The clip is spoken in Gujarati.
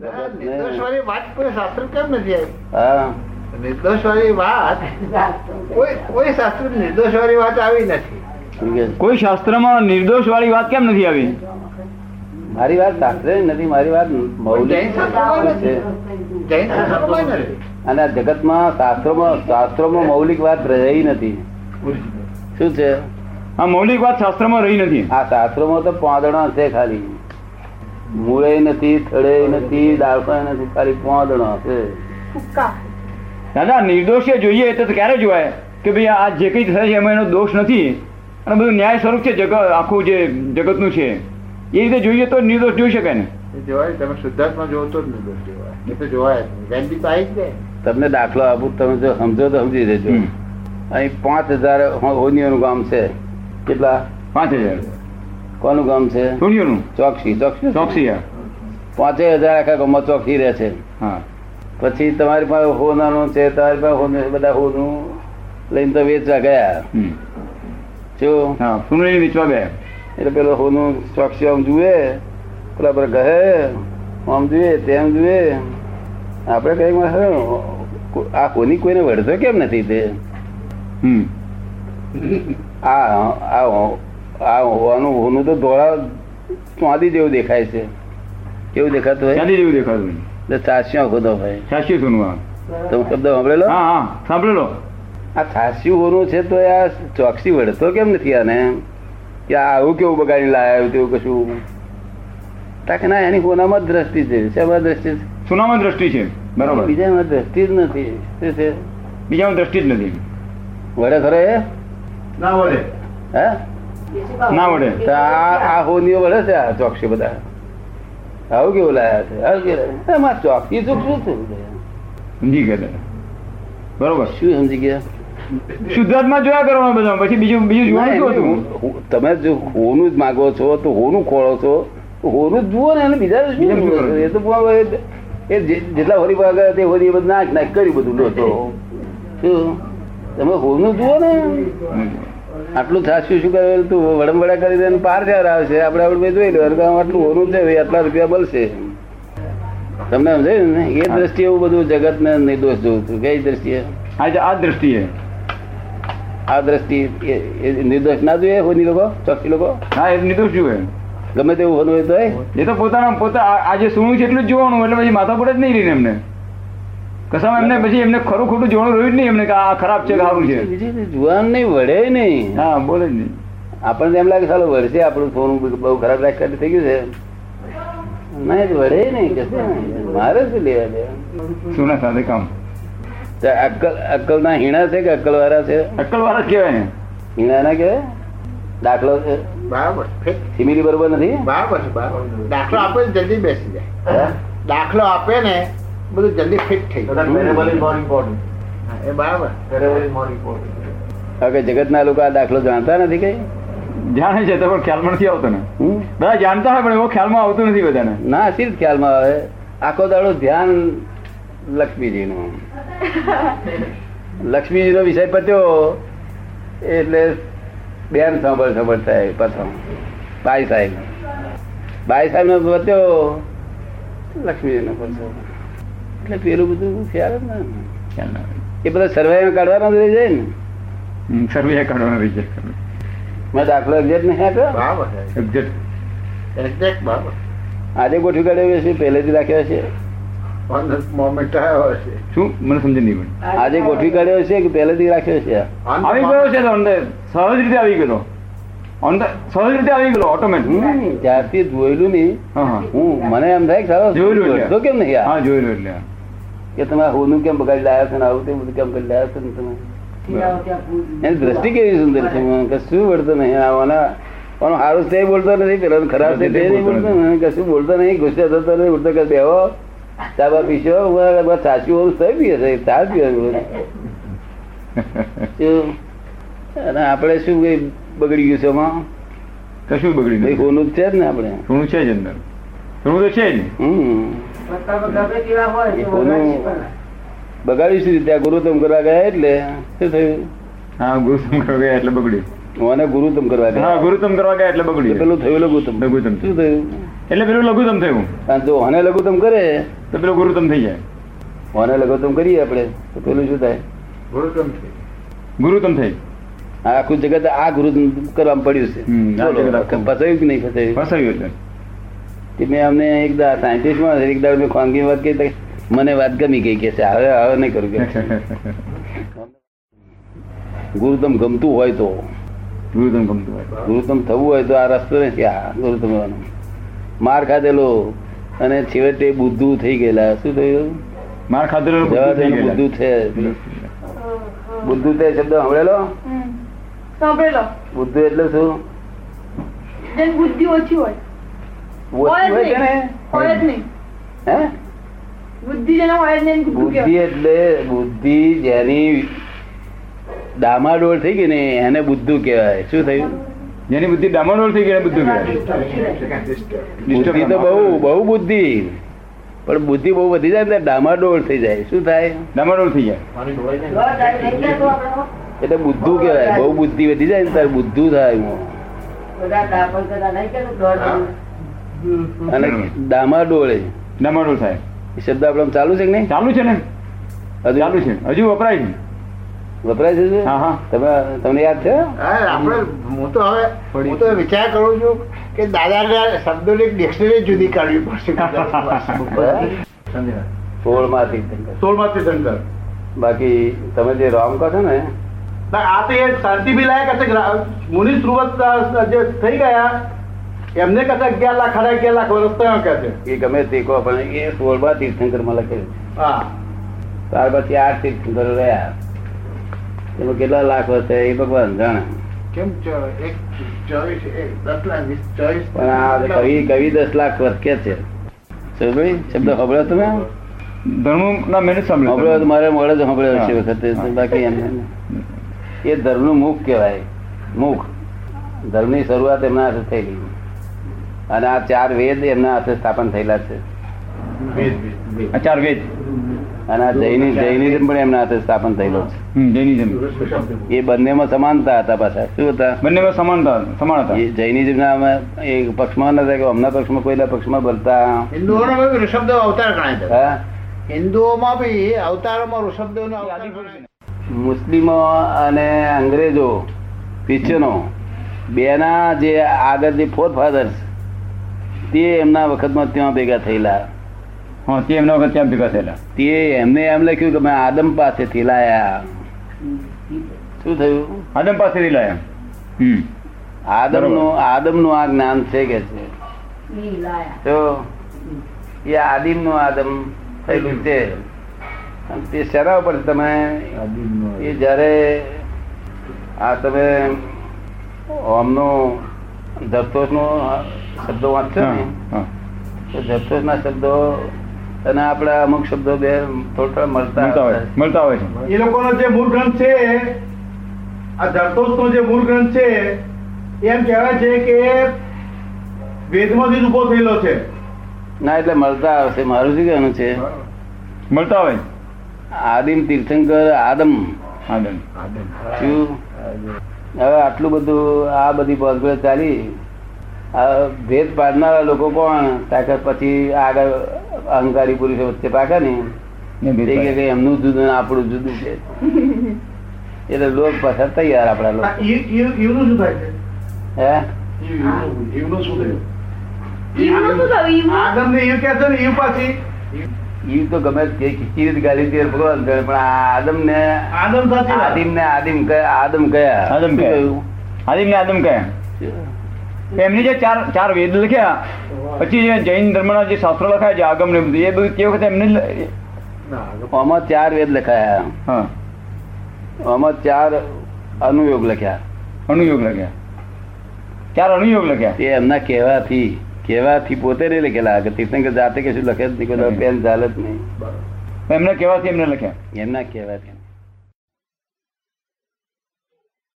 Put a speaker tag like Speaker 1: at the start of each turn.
Speaker 1: જગત ને
Speaker 2: નિર્દોષવાળી વાત કોઈ શાસ્ત્ર કેમ નથી આવી
Speaker 1: હા
Speaker 2: નિર્દોષવાળી વાત કોઈ કોઈ શાસ્ત્ર નિર્દોષવાળી વાત આવી નથી
Speaker 1: શું કે છે?
Speaker 3: કોઈ શાસ્ત્રમાં નિર્દોષ વાળી વાત કેમ નથી આવી
Speaker 1: મારી વાત શાસ્ત્ર નથી મારી વાત
Speaker 2: જૈન
Speaker 1: મૌલિક
Speaker 2: શાસ્ત્રમાં
Speaker 1: છે
Speaker 2: જૈન શાસ્ત્રમાં કોઈ નથી
Speaker 1: અને આ જગતમાં શાસ્ત્રોમાં શાસ્ત્રોમાં મૌલિક વાત રહી નથી શું છે
Speaker 3: આ મૌલિક વાત શાસ્ત્રમાં રહી નથી
Speaker 1: આ શાસ્ત્રોમાં તો પોંદણા છે ખાલી મૂળે નથી થડે નથી દાળફળ નથી ખાલી પોંદણા છે
Speaker 3: દાદા નિર્દોષે જોઈએ તો ક્યારે જોવાય કે ભાઈ આ જે કંઈ થાય છે એમાં એનો દોષ નથી અને બધું ન્યાય સ્વરૂપ છે જગત આખું જે જગતનું છે એ રીતે જોઈએ તો નિર્દોષ જોઈ શકાય ને
Speaker 2: એ જોવાય તમે શુદ્ધાર્થમાં જોવો તો જ નિર્દોષ જોવાય એ તો જોવાય જ નહીં. વહેલી તો આવી જ જાય
Speaker 1: તમને દાખલો આપું તમે જો સમજો તો સમજી દેજો
Speaker 3: હમ.
Speaker 1: અહીં પાંચ હજાર હોનીઓનું ગામ છે કેટલા
Speaker 3: પાંચ હજાર
Speaker 1: કોનું ગામ છે
Speaker 3: સોનિયોનું
Speaker 1: ચોકસી ચોકસી
Speaker 3: ચોકસી યાર.
Speaker 1: પાંચેય હજાર આખા ગામમાં ચોકસી રહે છે
Speaker 3: હા
Speaker 1: પછી તમારી પાસે હોનાનું છે તમારી પાસે હોનું છે, બધા હોનું લઈને તો વેચવા ગયા
Speaker 3: હમ.
Speaker 1: જો
Speaker 3: હા સોનીને વેચવા ગયા
Speaker 1: એટલે પેલો હોનું ચોકસી આમ જુએ પેલા પર ગહે આમ જુએ તેમ જુએ આપણે કઈ આ હોની કોઈને વળતો કેમ નથી તે
Speaker 3: હમ
Speaker 1: આ આ આ હોવાનું હોનું તો ધોળા ચાંદી જેવું દેખાય છે કેવું દેખાતું હોય
Speaker 3: ચાંદી જેવું દેખાતું
Speaker 1: એટલે છાસિયું ખોદો ભાઈ
Speaker 3: છ્યાસી સોનું આ
Speaker 1: તમે શબ્દ સાંભળેલો
Speaker 3: હા હા સાંભળેલો
Speaker 1: આ છાસિયું હોનું છે તો આ ચોકસી વળતો કેમ નથી આને કે આ આવું કેવું બગાડી લાયા તેવું કશું તાકે ના એની હોનામાં જ દ્રષ્ટિ છે શેમાં દ્રષ્ટિ છે
Speaker 3: સોનામાં દ્રષ્ટિ છે બરાબર
Speaker 1: બીજામાં દ્રષ્ટિ જ નથી શું છે
Speaker 3: બીજામાં દ્રષ્ટિ જ નથી
Speaker 1: વળે ખરો એ
Speaker 2: ના બોલે
Speaker 1: હે
Speaker 3: ના વળે.
Speaker 1: તો આ આ હોનીઓ વળે છે આ ચોકસી બધા આવું કેવું લાયા છે આવું કેવું લાયા? એમાં ચોકસી શું શું થયું
Speaker 3: સમજી ગયા દાદા. બરોબર
Speaker 1: શું સમજી ગયા
Speaker 3: શુદ્ધાત્મા જોયા કરવાનું બધા પછી બીજું બીજું
Speaker 1: ના,
Speaker 3: જોવાનું શું
Speaker 1: એનું
Speaker 3: હતું
Speaker 1: હું- તમે જો હોનું જ માગો છો તો હોનું ખોળો છો તો હોનું જ જુઓ ને એને બીજા શું
Speaker 3: બીજાનું શું
Speaker 1: જુઓ છો?
Speaker 3: કરવાનું?
Speaker 1: એ તો પણ હવે એ જે- જેટલા હોરી ભાગા તે હોરી એ બધું નાખ નાખ કરી બધું લોટો શું તમે હોનું જુઓ ને આટલું થાસ્યું શું કરે તું વડમવડા કરી દે ને પાર જ્યાં આવશે આપણે આપણે જોઈ લેવાનું કે આટલું હોનું છે ભાઈ આટલા રૂપિયા બળશે તમને સમજાયું ને એ દ્રષ્ટિએ એવું બધું જગતને નિર્દોષ જોઉં છું કઈ દ્રષ્ટિએ
Speaker 3: આ જ- આ જ દ્રષ્ટિએ
Speaker 1: આ દ્રષ્ટિ એ- એ નિર્દોષ ના જોઈએ હોની લોકો ચોખ્ખી લોકો
Speaker 3: હા એ નિર્દોષ જુએ
Speaker 1: ગમે તેવું હોનું હોય તોય
Speaker 3: એ તો પોતાના પોતા આ- આ જે સોનું છે એટલું જ જોવાનું એટલે પછી માથા પર જ નહીં રહીને એમને કસામાં એમને પછી એમને ખરું ખોટું જોવાનું રહ્યું જ નહીં એમને કે આ ખરાબ છે કે સારું છે
Speaker 1: બીજું તો જુવાન નહીં વળે નહીં
Speaker 3: હા બોલે જ નહીં
Speaker 1: આપણને એમ લાગે ચાલો વળશે આપણું સોનું બહુ ખરાબ લાગે થઈ ગયું છે ના એ વળે નહીં કશું નહીં. મારે શું લેવા દેવા
Speaker 3: સોના સાથે કામ
Speaker 1: તે અક્કલ અક્કલ ના હીણા છે કે અક્કલ વાળા છે
Speaker 3: અક્કલવાળા જ કહેવાય ને
Speaker 1: હીણા ના કહેવાય દાખલો છે
Speaker 2: બરાબર ફેક.
Speaker 1: સિમિલી બરોબર નથી
Speaker 2: બરાબર છે બરાબર દાખલો આપે ને જલ્દી બેસી જાય
Speaker 1: હે?
Speaker 2: દાખલો આપે ને બધું જલ્દી ફિટ થઈ જાય હા, એ બરાબર
Speaker 1: હવે કે જગતના લોકો આ દાખલો જાણતા નથી કઈ
Speaker 3: જાણે છે તો પણ ખ્યાલમાં નથી આવતો ને
Speaker 1: હમ?
Speaker 3: બધા જાણતા હોય પણ એવો ખ્યાલમાં આવતું નથી બધાને
Speaker 1: ના શી જ ખ્યાલમાં આવે આખો દાડો ધ્યાન લક્ષ્મીજીનું લક્ષ્મીજીનો વિષય પત્યો એટલે બેન સાંભળ સાંભળ થાય પાછો બાઈ સાહેબ બાઈ સાહેબનો પત્યો લક્ષ્મીજીનો પત્યો એટલે પેલું બધું ખ્યાલ જ ના આવે.
Speaker 3: ખ્યાલ ના આવે.
Speaker 1: એ બધા સર્વે કાઢવાનો જ રહી જાય ને
Speaker 3: હમ, સર્વે કાઢવાનો રિજેક્ટ કરવાનો
Speaker 1: મેં દાખલો એક્ઝેક્ટ નહીં આપ્યો
Speaker 2: બરાબર છે
Speaker 3: Exact.
Speaker 2: Exact બરાબર
Speaker 1: આજે ગોઠવી કાઢ્યો છે પહેલેથી રાખ્યો છે
Speaker 2: ઓન ધ મોમેન્ટ આવ્યો છે
Speaker 3: શું મને સમજ નહીં પડી
Speaker 1: આજે ગોઠવી કાઢ્યો છે કે પહેલેથી રાખ્યો છે
Speaker 2: On the
Speaker 3: આવી ગયો
Speaker 2: moment.
Speaker 3: છે તો અંદર સહજ રીતે આવી ગયો ઓન ધ સહજ રીતે આવી ગયો ઓટોમેટિક
Speaker 1: હમ, ત્યારથી જોયેલું નહીં
Speaker 3: હા હા
Speaker 1: હું મને એમ થાય કે સારો
Speaker 3: જોયેલું એટલે.
Speaker 1: વળતો કેમ નહીં આ?
Speaker 3: હા જોયેલું એટલે
Speaker 1: કે તમે આ હોનું કેમ બગાડી લાયા છો ને આવું તેવું બધું કેમ કરી લાયા છો ને તમે એની દ્રષ્ટિ કેવી સુંદર છે મને કશું વળતો નહીં આવવાના પણ સારું તે બોલતો નથી પેલો ખરાબ છે તે નહીં બોલતો મને કશું બોલતો નહીં ગુસ્સે થતો નહીં ઉડતો કે બેહો ચા બા પીશો ઉભા- ઉભા સાસુ હોવું થઈ પીએ છે ચા જ પીવે છે. શું? અને આપણે શું કઈ બગડી ગયું છે એમાં
Speaker 3: કશું બગડી
Speaker 1: ભાઈ
Speaker 3: નહીં
Speaker 1: હોનું જ છે જ ને આપણે
Speaker 3: સોનું છે જ અંદર સોનું તો છે જ
Speaker 1: હમ એ હોનું બગાડ્યું શું રીતે આ ગુરુત્તમ કરવા ગયા એટલે શું થયું
Speaker 3: હા ગુરુતમ કરવા ગયા એટલે બગડ્યું
Speaker 1: મને ગુરુત્તમ કરવા ગયા
Speaker 3: હા ગુરુતમ કરવા ગયા એટલે
Speaker 1: એટલે
Speaker 3: બગડ્યું
Speaker 1: પેલું થયેલું ગુરુત્તમ
Speaker 3: લઘુત્તમ.
Speaker 1: શું થયું
Speaker 3: એટલે પેલું લઘુત્તમ થયું
Speaker 1: અને જો અને લઘુત્તમ કરે
Speaker 3: તો પેલું ગુરુત્તમ થઈ જાય
Speaker 1: અને લઘુત્તમ કરીએ આપણે તો પેલું શું થાય
Speaker 2: ગુરુત્વમ છે
Speaker 3: ગુરુત્તમ થઈ
Speaker 1: આ આખું જગત આ ગુરુત્તમ કરવામાં પડ્યું છે
Speaker 3: હમ, આ જગત
Speaker 1: બોલો,
Speaker 3: આખું.
Speaker 1: ફસાયું કે નહીં ફસાયું
Speaker 3: ફસાયું એટલે
Speaker 1: કે મેં અમને એક દાડ સાયન્ટિસ્ટમાં એક દાડ મેં ખાનગી વાત કહી તો મને વાત ગમી ગઈ કે છે, હવે હવે નહીં કરું કે ગુરુત્તમ ગમતું હોય તો
Speaker 3: ગુરુત્તમ ગમતું હોય
Speaker 1: ગુરુત્તમ થવું હોય તો આ રસ્તો નથી આ ગુરુત્તમ થવાનો. માર ખાધેલો અને છેવટે બુદ્ધુ થઈ ગયેલા શું થયું
Speaker 3: માર ખાધેલો
Speaker 1: જવા
Speaker 3: બુદ્ધુ થઈ
Speaker 1: દેવાનું
Speaker 3: ગયેલા.
Speaker 1: બુદ્ધુ છે બુદ્ધુ તે શબ્દ સાંભળેલો
Speaker 4: હમ. સાંભળેલો
Speaker 1: બુદ્ધુ એટલે શું
Speaker 4: જેની બુદ્ધિ ઓછી હોય
Speaker 1: ઓછી હોય છે ને
Speaker 4: હોય જ નહીં
Speaker 1: હે
Speaker 4: બુદ્ધિ જેને હોય જ નહીં એને બુદ્ધુ
Speaker 1: બુદ્ધિ
Speaker 4: કહેવાય.
Speaker 1: એટલે બુદ્ધિ જેની ડામાડોળ થઈ ગઈ ને એને બુદ્ધુ કહેવાય શું થયું
Speaker 3: જેની બુદ્ધિ ડામાડોળ થઈ ગઈ એને બુદ્ધુ કહેવાય.
Speaker 1: બુદ્ધિ તો બહુ બહુ બુદ્ધિ પણ બુદ્ધિ બહુ વધી જાય ને ત્યારે ડામાડોળ થઈ જાય શું થાય
Speaker 3: ડામાડોળ થઈ જાય
Speaker 1: એટલે બુદ્ધુ કહેવાય બહુ બુદ્ધિ વધી જાય ને ત્યારે બુદ્ધુ થાય એમાં. અને ડામાડોળ એ
Speaker 3: ડામાડોળ થાય
Speaker 1: શબ્દ આપણા ચાલુ છે કે નહીં
Speaker 3: ચાલુ છે ને
Speaker 1: હજુ
Speaker 3: ચાલુ છે હજુ વપરાય છે
Speaker 1: વપરાય છે શું?
Speaker 3: હા, હા.
Speaker 1: તમે તમને યાદ છે
Speaker 2: હા, આપણે હું તો હવે હું તો વિચાર કરું છું કે દાદાના શબ્દોની એક ડિક્શનરી જુદી કાઢવી પડશે
Speaker 1: હે? સોળ માંથી
Speaker 2: સોળ માંથી શંકર
Speaker 1: બાકી તમે જે રોમ કહો છો ને
Speaker 2: આ તો એ શાંતિ બી લાયક હશે ગ્રા- મુનિ સુરત જે થઈ ગયા એમને કદાચ અગિયાર લાખ સાડા અગિયાર લાખ વર્ષ થયો કે છે
Speaker 1: એ ગમે તે કહો પણ એ સોળ માં તીર્થંકર માં લખેલું છે.
Speaker 2: હા
Speaker 1: ત્યાર પછી આઠ તીર્થંકરો રહ્યા એમાં કેટલા લાખ હશે એ ભગવાન જાણે
Speaker 2: કેમ એક ચોવીસ એક દસ લાખ વીસ
Speaker 1: પણ આ કવિ કવિ દસ લાખ વધકે છે સમજ્યું? શબ્દ સાંભળ્યો તમે
Speaker 3: ધર્મના મેને સાંભળ્યું.
Speaker 1: સાંભળ્યો તો મારે મોડે જ સાંભળ્યો છે એ
Speaker 3: હા.
Speaker 1: વખતે બાકી એમ નહીં. એ ધર્મનું મુખ કહેવાય મુખ ધર્મની શરૂઆત એમના હાથે થયેલી અને આ ચાર વેદ એમના હાથે સ્થાપન થયેલા છે
Speaker 3: આ ચાર વેદ
Speaker 1: અને આ જૈની જૈનિઝમ પણ એમના હાથે સ્થાપન થયેલો છે
Speaker 3: હમ, જૈનિઝમ
Speaker 1: એ બંનેમાં સમાનતા હતા પાછા શું હતા
Speaker 3: બંનેમાં સમાનતા સમાન હતા
Speaker 1: એ જૈનિઝમના અમે- એ પક્ષમાં નતા કે અમના પક્ષમાં કોઈના પક્ષમાં બોલતા
Speaker 2: હિન્દુઓનો બી ઋષભદેવ અવતાર ગણાય છે
Speaker 1: હા
Speaker 2: હિન્દુઓમાં બી અવતારોમાં ઋષભદેવનો અવતાર ગણાય
Speaker 1: મુસ્લિમો અને અંગ્રેજો ક્રિશ્ચનો બેના જે આગળ જે ફોર ફાધર્સ તે એમના વખતમાં ત્યાં ભેગા થયેલા
Speaker 3: હા તે એમના વખત ત્યાં ભેગા થયેલા
Speaker 1: તે એમને એમ લખ્યું કે મેં આદમ પાસેથી લાયા શું થયું
Speaker 3: આદમ પાસેથી લાયા હમ
Speaker 1: આદમનું આદમનું આ જ્ઞાન છે કે છે તો એ આદિમનું આદમ થયેલું છે અને તે શેના ઉપર છે? તમે એ જ્યારે આ તમે ઓમનો ધરતોષનો શબ્દો વાંચશો ને
Speaker 3: હા, હા.
Speaker 1: તો ધરતોષના શબ્દો અને આપણા અમુક શબ્દો બે થોડા થોડા
Speaker 3: મળતા
Speaker 1: મળતા
Speaker 3: હોય
Speaker 1: આવતા
Speaker 3: મળતા હોય છે
Speaker 2: એ લોકોનો જે મૂળ ગ્રંથ છે આ ધરતોષનો જે મૂળ ગ્રંથ છે એમ કહેવાય છે કે વેદમાંથી જ ઉભો થયેલો છે
Speaker 1: ના એટલે મળતા આવશે મારું શું કહેવાનું છે
Speaker 3: મળતા હોય
Speaker 1: આદિમ તીર્થંકર આદમ
Speaker 3: આદમ
Speaker 1: શું હવે આટલું બધું આ બધી બોલબોલ ચાલી આ ભેદ પાડનારા લોકો કોણ તાકાત પછી આગળ અહંકારી પુરુષો વચ્ચે પાકે ને
Speaker 3: ને
Speaker 1: તે
Speaker 3: ભેદ
Speaker 1: કહે કે એમનું જુદું ને આપણું જુદું છે એટલે લોક પાછા તૈયાર આપણા લોકો હે
Speaker 4: ઈવનું શું થયું ઈવનું?
Speaker 1: ઈ તો ગમે તે ખીચી રીત ગાલી તે ભગવાન કરે પણ આ આદમ ને આદિમ ને આદિમ કયા આદમ કયા
Speaker 3: આદમ
Speaker 1: શું
Speaker 3: કયા.
Speaker 1: કહ્યું?
Speaker 3: આદિમને આદમ કહ્યા એમની જે ચાર ચાર વેદ લખ્યા પછી જે જૈન ધર્મના જે શાસ્ત્રો લખાયા છે આગમ ને બધું એ બધું તે વખતે એમને જ લ-
Speaker 1: આમાં ચાર વેદ લખાયા
Speaker 3: હા
Speaker 1: આમાં ચાર અનુયોગ લખ્યા
Speaker 3: અનુયોગ લખ્યા ચાર અનુયોગ લખ્યા
Speaker 1: તે એમના કહેવાથી કહેવાથી પોતે નહીં લખેલા કે તીર્થંકર જાતે કશું લખે જ નહીં કોઈ દાડો પેન ચાલે જ નહીં
Speaker 3: એમને કહેવાથી એમને લખ્યા
Speaker 1: એમના કહેવાથી